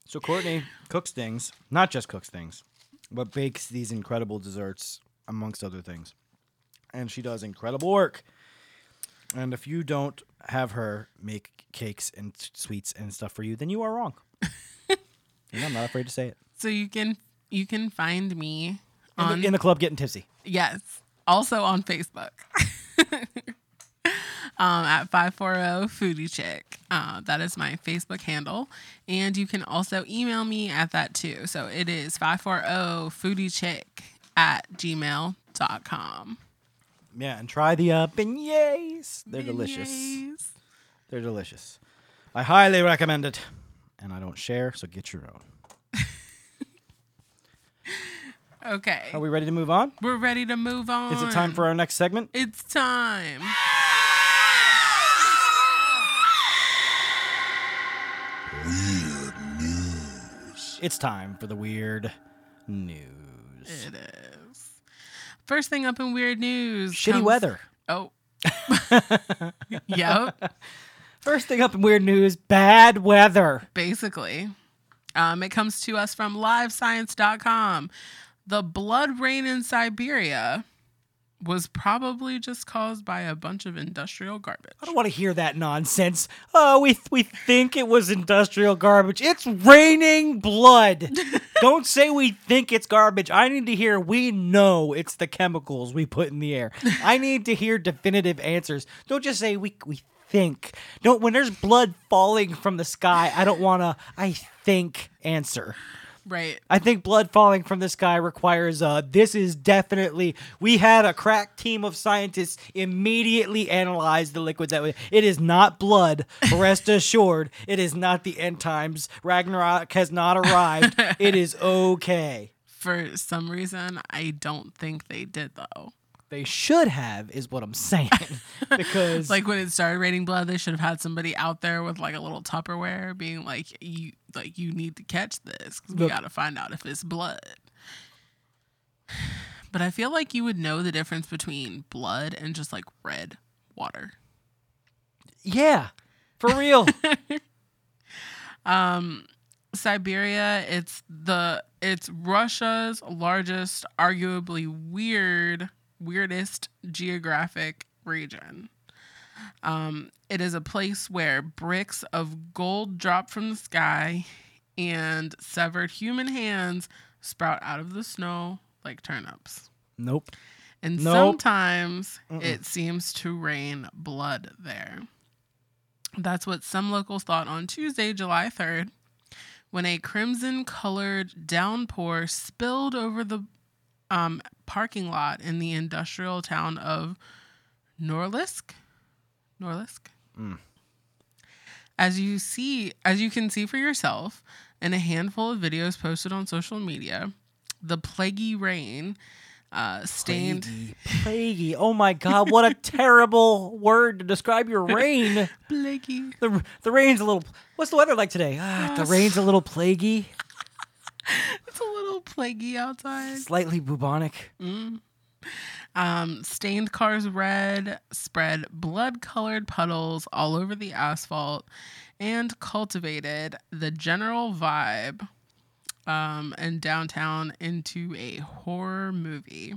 A: so Courtney cooks things, not just cooks things, but bakes these incredible desserts amongst other things. And she does incredible work. And if you don't have her make cakes and s- sweets and stuff for you, then you are wrong. and I'm not afraid to say it.
B: So you can you can find me
A: In the-
B: on
A: in the club getting tipsy.
B: yes, also on Facebook. um, at 540 Foodie Chick. Uh, that is my Facebook handle. And you can also email me at that too. So it is 540 Foodie Chick at gmail.com.
A: Yeah, and try the uh, beignets. They're delicious.
B: Beignets.
A: They're delicious. I highly recommend it. And I don't share, so get your own.
B: Okay.
A: Are we ready to move on?
B: We're ready to move on.
A: Is it time for our next segment?
B: It's time.
C: Weird news.
A: It's time for the weird news.
B: It is. First thing up in weird news.
A: Shitty
B: comes-
A: weather.
B: Oh. yep.
A: First thing up in weird news, bad weather.
B: Basically. Um, it comes to us from livescience.com. The blood rain in Siberia was probably just caused by a bunch of industrial garbage.
A: I don't want to hear that nonsense. Oh, we we think it was industrial garbage. It's raining blood. don't say we think it's garbage. I need to hear we know it's the chemicals we put in the air. I need to hear definitive answers. Don't just say we we think. No, when there's blood falling from the sky, I don't want to. I think answer.
B: Right.
A: I think blood falling from the sky requires uh this is definitely we had a crack team of scientists immediately analyze the liquid that we, it is not blood rest assured it is not the end times Ragnarok has not arrived it is okay
B: For some reason, I don't think they did though.
A: they should have is what I'm saying because
B: Like when it started raining blood, they should have had somebody out there with like a little Tupperware, being like, "You like you need to catch this 'cause we
A: Look-
B: got to find out if it's blood." But I feel like you would know the difference between blood and just like red water.
A: yeah for real
B: Um, Siberia, it's the it's Russia's largest, arguably weird, weirdest geographic region. Um, it is a place where bricks of gold drop from the sky and severed human hands sprout out of the snow like turnips.
A: nope
B: And
A: Nope.
B: sometimes
A: Mm-mm.
B: it seems to rain blood there. That's what some locals thought on Tuesday, July 3rd, when a crimson colored downpour spilled over the um, parking lot in the industrial town of Norlisk. Norlisk?
A: Mm.
B: As you see, as you can see for yourself in a handful of videos posted on social media, the plaguey rain uh, stained
A: plaguey plaguey oh my god what a terrible word to describe your rain
B: Blakey.
A: The, the rain's a little. What's the weather like today? Ah, the
B: Yes.
A: rain's a little plaguey,
B: It's a little plaguey outside.
A: slightly bubonic.
B: Mm. Um, stained cars red, spread blood colored puddles all over the asphalt, and cultivated the general vibe um, in downtown into a horror movie,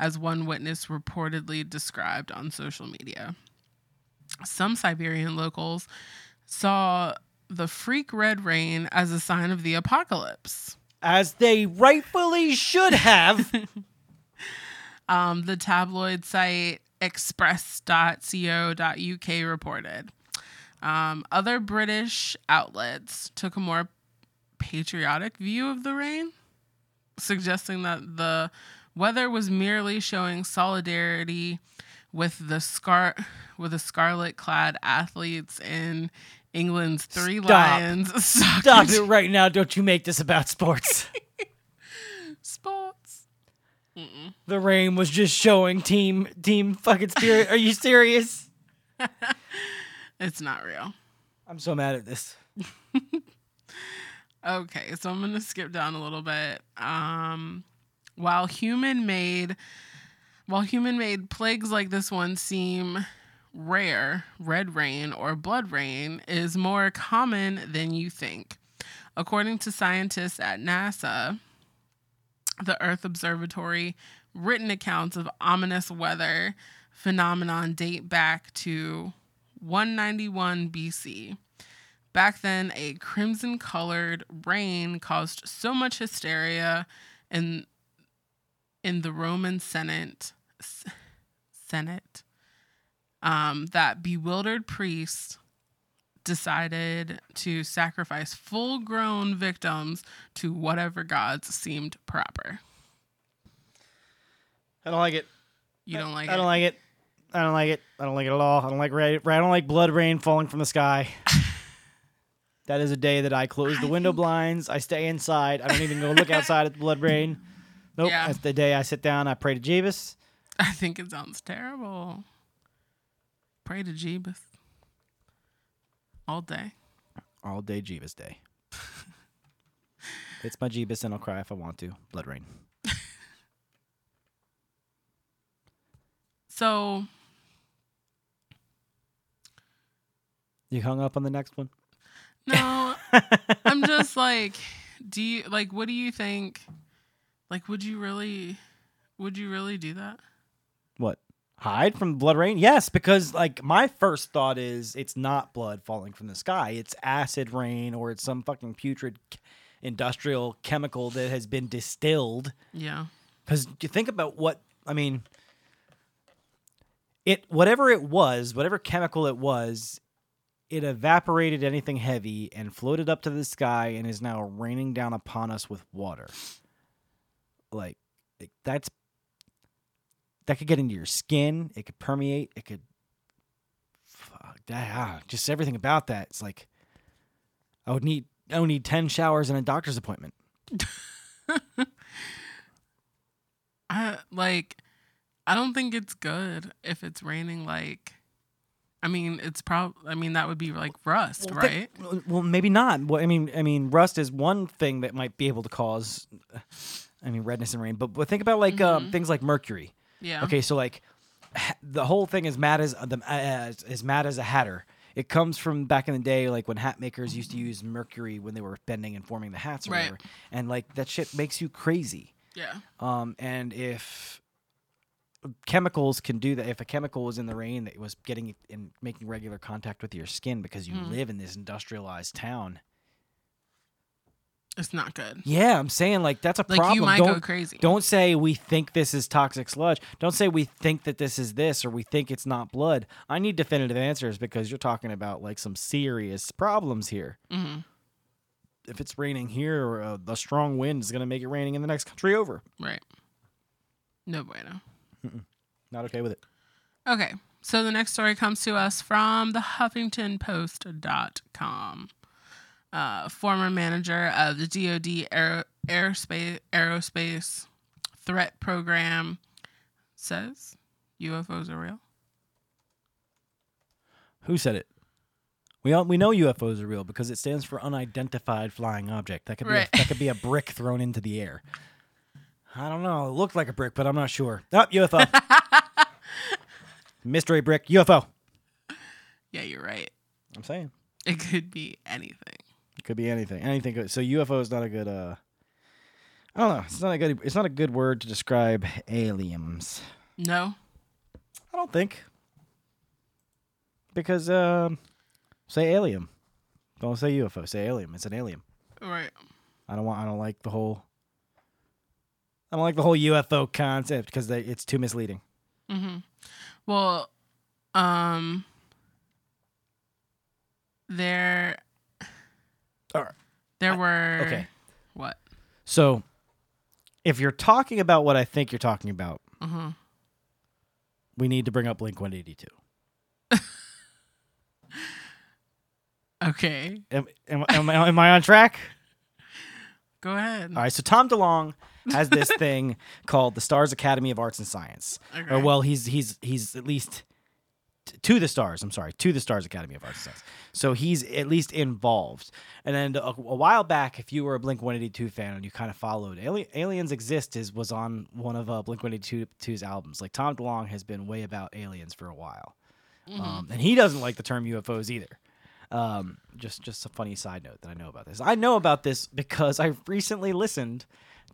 B: as one witness reportedly described on social media. Some Siberian locals saw the freak red rain as a sign of the apocalypse.
A: As they rightfully should have.
B: Um, the tabloid site express.co.uk reported. Um, other British outlets took a more patriotic view of the rain, suggesting that the weather was merely showing solidarity with the scar with the scarlet clad athletes in England's Three
A: Stop.
B: Lions soccer
A: Stop it right now. Don't you make this about sports.
B: sports. Mm-mm.
A: The rain was just showing team team fucking spirit. Are you serious?
B: It's not real.
A: I'm so mad at this.
B: Okay, so I'm going to skip down a little bit. Um, while human made while human made plagues like this one seem rare, red rain or blood rain is more common than you think. According to scientists at NASA, the Earth Observatory, written accounts of ominous weather phenomenon date back to 191 BC. Back then, a crimson colored rain caused so much hysteria in, in the Roman Senate, s- Senate um, that bewildered priests decided to sacrifice full grown victims to whatever gods seemed proper.
A: I don't like it.
B: You don't like
A: I don't
B: it?
A: like it. I don't like it. I don't like it at all. I don't like rain. I don't like blood rain falling from the sky. that is a day that I close the
B: I
A: window
B: think-
A: blinds. I stay inside. I don't even go look outside at the blood rain. Nope.
B: Yeah.
A: That's the day I sit down. I pray to Jeebus.
B: I think it sounds terrible. Pray to Jeebus all day.
A: All day Jeebus day. it's my Jeebus and I'll cry if I want to. Blood rain.
B: So
A: You hung up on the next one?
B: no, I'm just like, do you like? What do you think? Like, would you really, would you really do that?
A: What? Hide from blood rain? Yes, because like my first thought is it's not blood falling from the sky. It's acid rain or it's some fucking putrid ch- industrial chemical that has been distilled.
B: Yeah,
A: Because you think about what I mean. it whatever it was, whatever chemical it was, it evaporated anything heavy and floated up to the sky and is now raining down upon us with water. Like it- that's that could get into your skin. It could permeate. It could fuck that. ah, just everything about that. It's like I would need I would need ten showers and a doctor's appointment.
B: I like I don't think it's good if it's raining like I mean it's prob I mean that would be like rust,
A: Well,
B: right?
A: that- well, well, maybe not. Well, I mean, I mean, rust is one thing that might be able to cause, I mean, redness and rain. But, but think about like um, things like mercury.
B: Mm-hmm. yeah.
A: Okay, so like ha- the whole thing is mad as the as, as mad as a hatter. It comes from back in the day, like when hat makers used to use mercury when they were bending and forming the hats or
B: Right.
A: whatever. And like that shit makes you crazy.
B: Yeah.
A: Um, and if chemicals can do that, if a chemical was in the rain that was getting and making regular contact with your skin because you
B: Mm.
A: live in this industrialized town,
B: It's not good.
A: yeah, I'm saying like that's a
B: Like
A: problem.
B: you might
A: don't
B: go crazy.
A: don't say we think this is toxic sludge. Don't say we think that this is this or we think it's not blood. I need definitive answers because you're talking about like some serious problems here.
B: hmm
A: If it's raining here, or, uh, the strong wind is going to make it raining in the next country over.
B: Right. No bueno.
A: Not okay with it.
B: Okay. So the next story comes to us from the HuffingtonPost.com. Uh, former manager of the DoD Aero- Aerospace Aerospace Threat Program says UFOs are real.
A: Who said it? We all, we know UFOs are real because it stands for unidentified flying object. That could
B: Right.
A: be a, that could be a brick thrown into the air. I don't know. It looked like a brick, but I'm not sure. Oh, UFO. Mystery brick, UFO.
B: Yeah, you're right.
A: I'm saying
B: It could be anything.
A: it could be anything. Anything. Could, so UFO is not a good. Uh, I don't know. It's not a good. It's not a good word to describe aliens.
B: No.
A: I don't think. Because um, say alien. Don't say UFO. Say alien. It's an alien.
B: Right.
A: I don't want. I don't like the whole. I don't like the whole UFO concept because it's too misleading.
B: Mm-hmm. Well, um, there,
A: All right.
B: there were.
A: okay.
B: What?
A: So, if you're talking about what I think you're talking about,
B: Uh-huh.
A: we need to bring up Blink 182.
B: Okay.
A: Am, am, am, I- am I on track?
B: Go ahead.
A: All right. So Tom DeLong has this thing called the Stars Academy of Arts and Science.
B: Okay.
A: Or well, he's he's he's at least t- to the stars. I'm sorry, to the Stars Academy of Arts and Science. So he's at least involved. And then a, a while back, if you were a Blink 182 fan and you kind of followed Ali- Aliens Exist, is was on one of uh, Blink 182's albums. Like Tom DeLong has been way about aliens for a while, um, and he doesn't like the term UFOs either. Um, just just a funny side note that I know about this. I know about this because I recently listened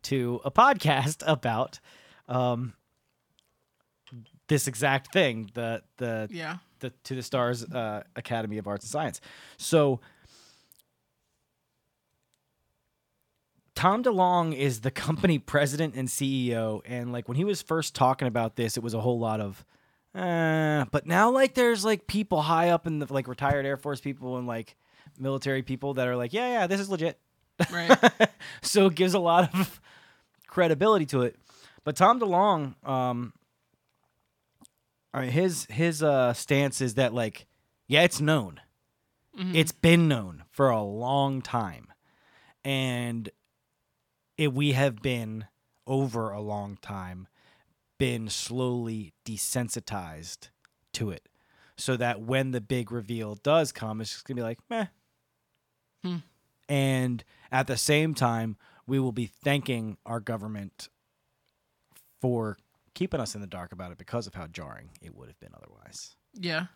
A: to a podcast about um, this exact thing, the the
B: yeah.
A: the to the stars uh, academy of arts and science so tom delong is the company president and ceo and like when he was first talking about this it was a whole lot of uh, but now like there's like people high up in the like retired air force people and like military people that are like yeah yeah this is legit
B: Right.
A: so it gives a lot of credibility to it. But Tom DeLong, um, I mean, his his uh, stance is that like, yeah, it's known,
B: Mhm.
A: it's been known for a long time, and it, we have been over a long time, been slowly desensitized to it, so that when the big reveal does come, it's just gonna be like, meh,
B: Hmm.
A: and at the same time, we will be thanking our government for keeping us in the dark about it because of how jarring it would have been otherwise.
B: yeah.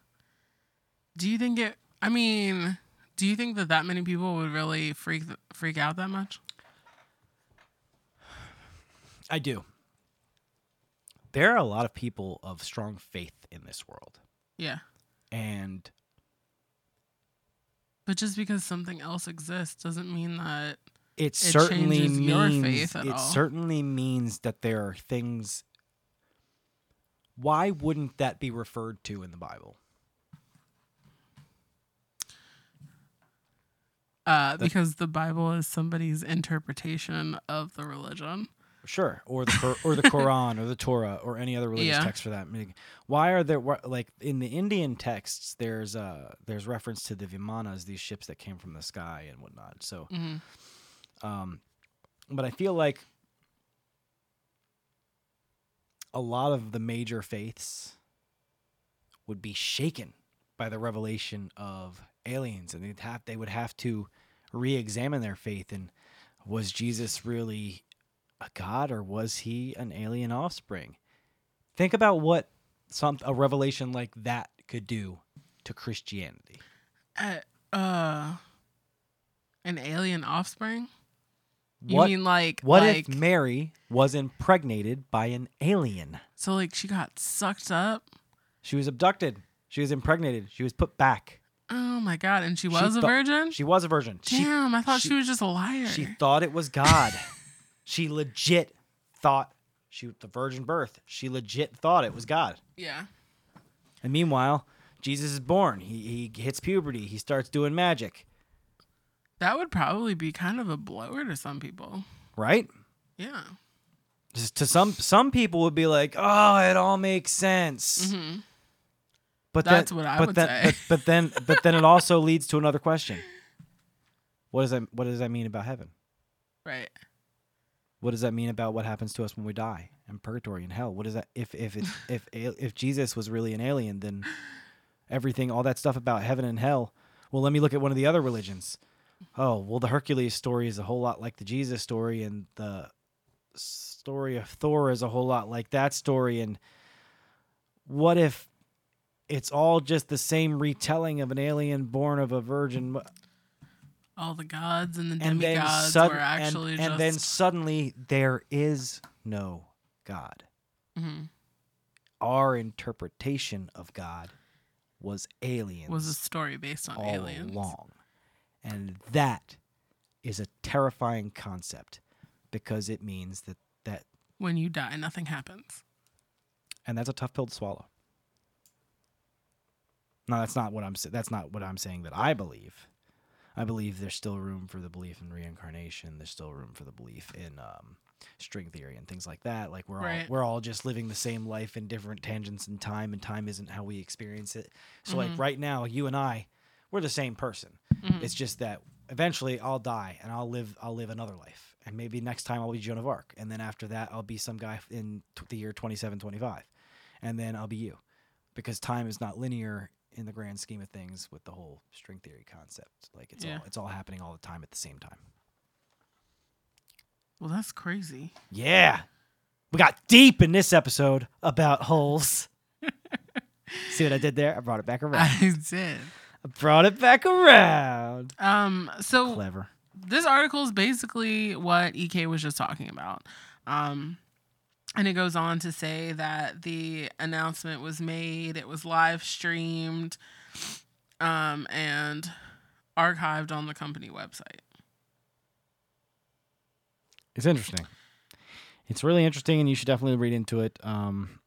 B: Do you think it? I mean, do you think that that many people would really freak th- freak out that much?
A: I do. There are a lot of people of strong faith in this world,
B: Yeah.
A: and
B: But just because something else exists doesn't mean that.
A: it, certainly
B: changes
A: means
B: your faith at
A: it
B: all.
A: certainly means that there are things why wouldn't that be referred to in the Bible?
B: Uh, because the Bible is somebody's interpretation of the religion.
A: Sure, or the Qur- or the Quran or the Torah or any other religious
B: Yeah.
A: text for that. meaning. Why are there wha- like in the Indian texts? There's uh there's reference to the Vimanas, these ships that came from the sky and whatnot. So,
B: Mhm.
A: um, but I feel like a lot of the major faiths would be shaken by the revelation of aliens, and they'd have they would have to re-examine their faith and was Jesus really a god or was he an alien offspring? Think about what some a revelation like that could do to Christianity.
B: Uh, uh, an alien offspring? You
A: What
B: mean like
A: what
B: like,
A: if Mary was impregnated by an alien?
B: so like she got sucked up?
A: She was abducted. She was impregnated. She was put back.
B: Oh my god! And she was a
A: thought-
B: virgin.
A: She was a virgin. She,
B: Damn, I thought she,
A: she-
B: was just a liar.
A: she thought it was God. she legit thought she the virgin birth. She legit thought it was God.
B: yeah.
A: And meanwhile, Jesus is born. He he hits puberty. He starts doing magic.
B: That would probably be kind of a blower to some people.
A: Right?
B: Yeah.
A: Just to some some people would be like, "Oh, it all makes sense."
B: hmm
A: But
B: That's
A: that-
B: what I
A: but
B: would
A: that-
B: say.
A: But, but then, but then it also leads to another question. What does that What does that mean about heaven?
B: Right.
A: What does that mean about what happens to us when we die and purgatory and hell? What is that? If if it, if if Jesus was really an alien, then everything, all that stuff about heaven and hell. Well, let me look at one of the other religions. Oh, well, the Hercules story is a whole lot like the Jesus story, and the story of Thor is a whole lot like that story. And what if it's all just the same retelling of an alien born of a virgin?
B: All the gods and the
A: and then
B: demigods
A: sudden-
B: were
A: and-
B: actually
A: and,
B: just.
A: then suddenly there is no God.
B: Mhm.
A: Our interpretation of God was aliens
B: was a story based on
A: all
B: aliens.
A: along, and that is a terrifying concept because it means that that
B: When you die, nothing happens.
A: and that's a tough pill to swallow. No, that's not what I'm. sa- That's not what I'm saying. That I believe. I believe there's still room for the belief in reincarnation. There's still room for the belief in um, string theory and things like that. Like we're all
B: Right.
A: we're all just living the same life in different tangents in time, and time isn't how we experience it. So like
B: Mhm.
A: right now, you and I, we're the same person.
B: Mhm.
A: It's just that eventually I'll die and I'll live I'll live another life, and maybe next time I'll be Joan of Arc, and then after that I'll be some guy in t- the year twenty seven twenty five, and then I'll be you, because time is not linear in the grand scheme of things with the whole string theory concept. Like it's
B: Yeah.
A: all it's all happening all the time at the same time.
B: Well, that's crazy.
A: Yeah, we got deep in this episode about holes. See what I did there? I brought it back around.
B: I did.
A: I brought it back around.
B: Um. So
A: Clever.
B: this article is basically what EK was just talking about. Um, and it goes on to say that the announcement was made, it was live streamed, um, and archived on the company website.
A: It's interesting. It's really interesting, and you should definitely read into it. Um,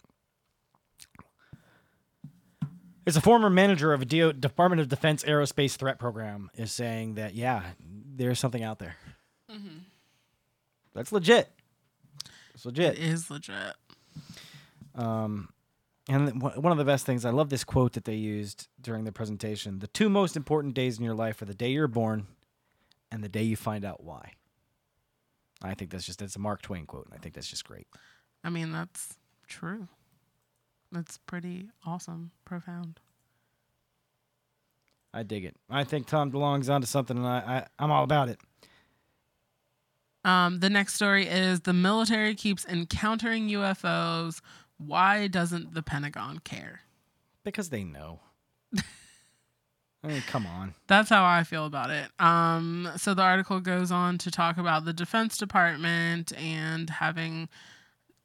A: it's a former manager of a DO, Department of Defense aerospace threat program is saying that yeah, there's something out there.
B: Mm-hmm.
A: That's legit. It's
B: It
A: legit.
B: is legit.
A: Um, and th- one one of the best things, I love this quote that they used during the presentation. The two most important days in your life are the day you're born and the day you find out why. I think that's just, it's a Mark Twain quote, and I think that's just great.
B: I mean, that's true. That's pretty awesome, profound.
A: I dig it. I think Tom DeLong's onto something, and I, I I'm all about it.
B: Um, the next story is the military keeps encountering UFOs. Why doesn't the Pentagon care?
A: Because they know. I mean, come on.
B: That's how I feel about it. Um, so the article goes on to talk about the Defense Department and having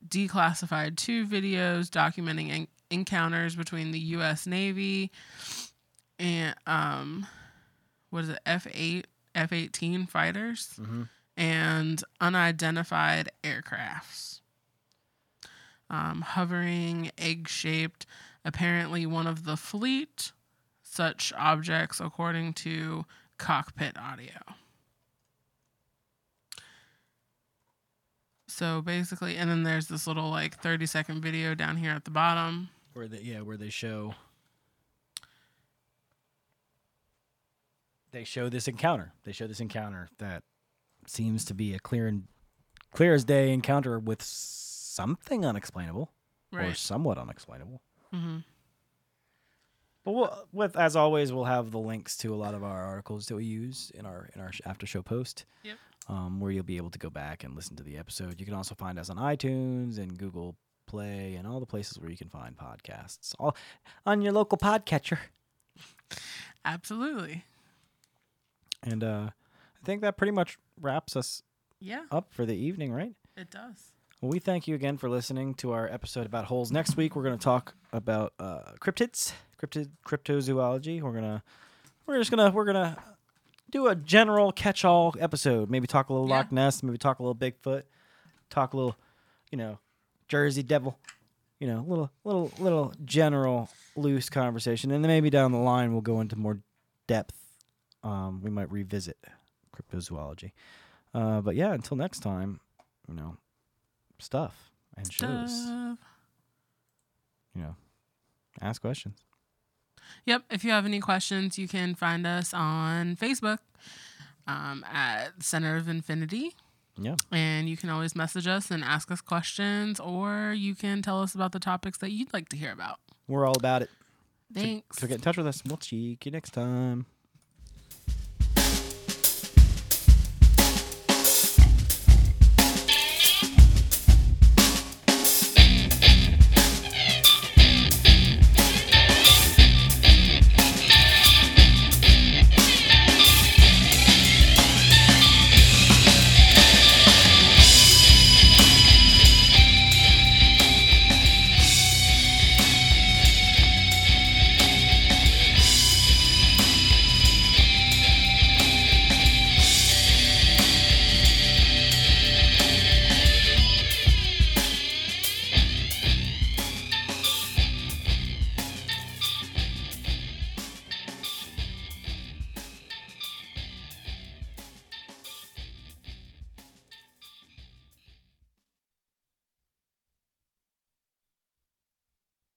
B: declassified two videos documenting en- encounters between the U.S. Navy and um, what is it, F eight, F eighteen fighters
A: Mhm.
B: and unidentified aircrafts. um, hovering, egg shaped, apparently one of the fleet, such objects, according to cockpit audio. So basically, and then there's this little like 30 second video down here at the bottom.
A: Where they yeah, where they show they show this encounter. They show this encounter that seems to be a clear and clear as day encounter with something unexplainable or
B: Right.
A: somewhat unexplainable.
B: hmm
A: But we'll, with as always, we'll have the links to a lot of our articles that we use in our in our sh- after show post.
B: Yep.
A: Um, where you'll be able to go back and listen to the episode. You can also find us on iTunes and Google Play and all the places where you can find podcasts. All on your local podcatcher.
B: Absolutely.
A: And uh, I think that pretty much wraps us
B: Yeah,
A: up for the evening, right?
B: it does.
A: Well, we thank you again for listening to our episode about holes. Next week, we're going to talk about uh, cryptids, cryptid, cryptozoology. We're gonna, we're just gonna, we're gonna do a general catch-all episode. Maybe talk a little
B: Yeah.
A: Loch Ness. Maybe talk a little Bigfoot. Talk a little, you know, Jersey Devil. You know, little, little, little general loose conversation, and then maybe down the line we'll go into more depth. Um, we might revisit cryptozoology. Uh, but yeah, until next time, you know, stuff and shows.
B: Duh.
A: You know, ask questions.
B: Yep. If you have any questions, you can find us on Facebook um, at Center of Infinity.
A: Yeah.
B: And you can always message us and ask us questions, or you can tell us about the topics that you'd like to hear about.
A: We're all about it.
B: Thanks.
A: So get in touch with us. We'll cheek you next time.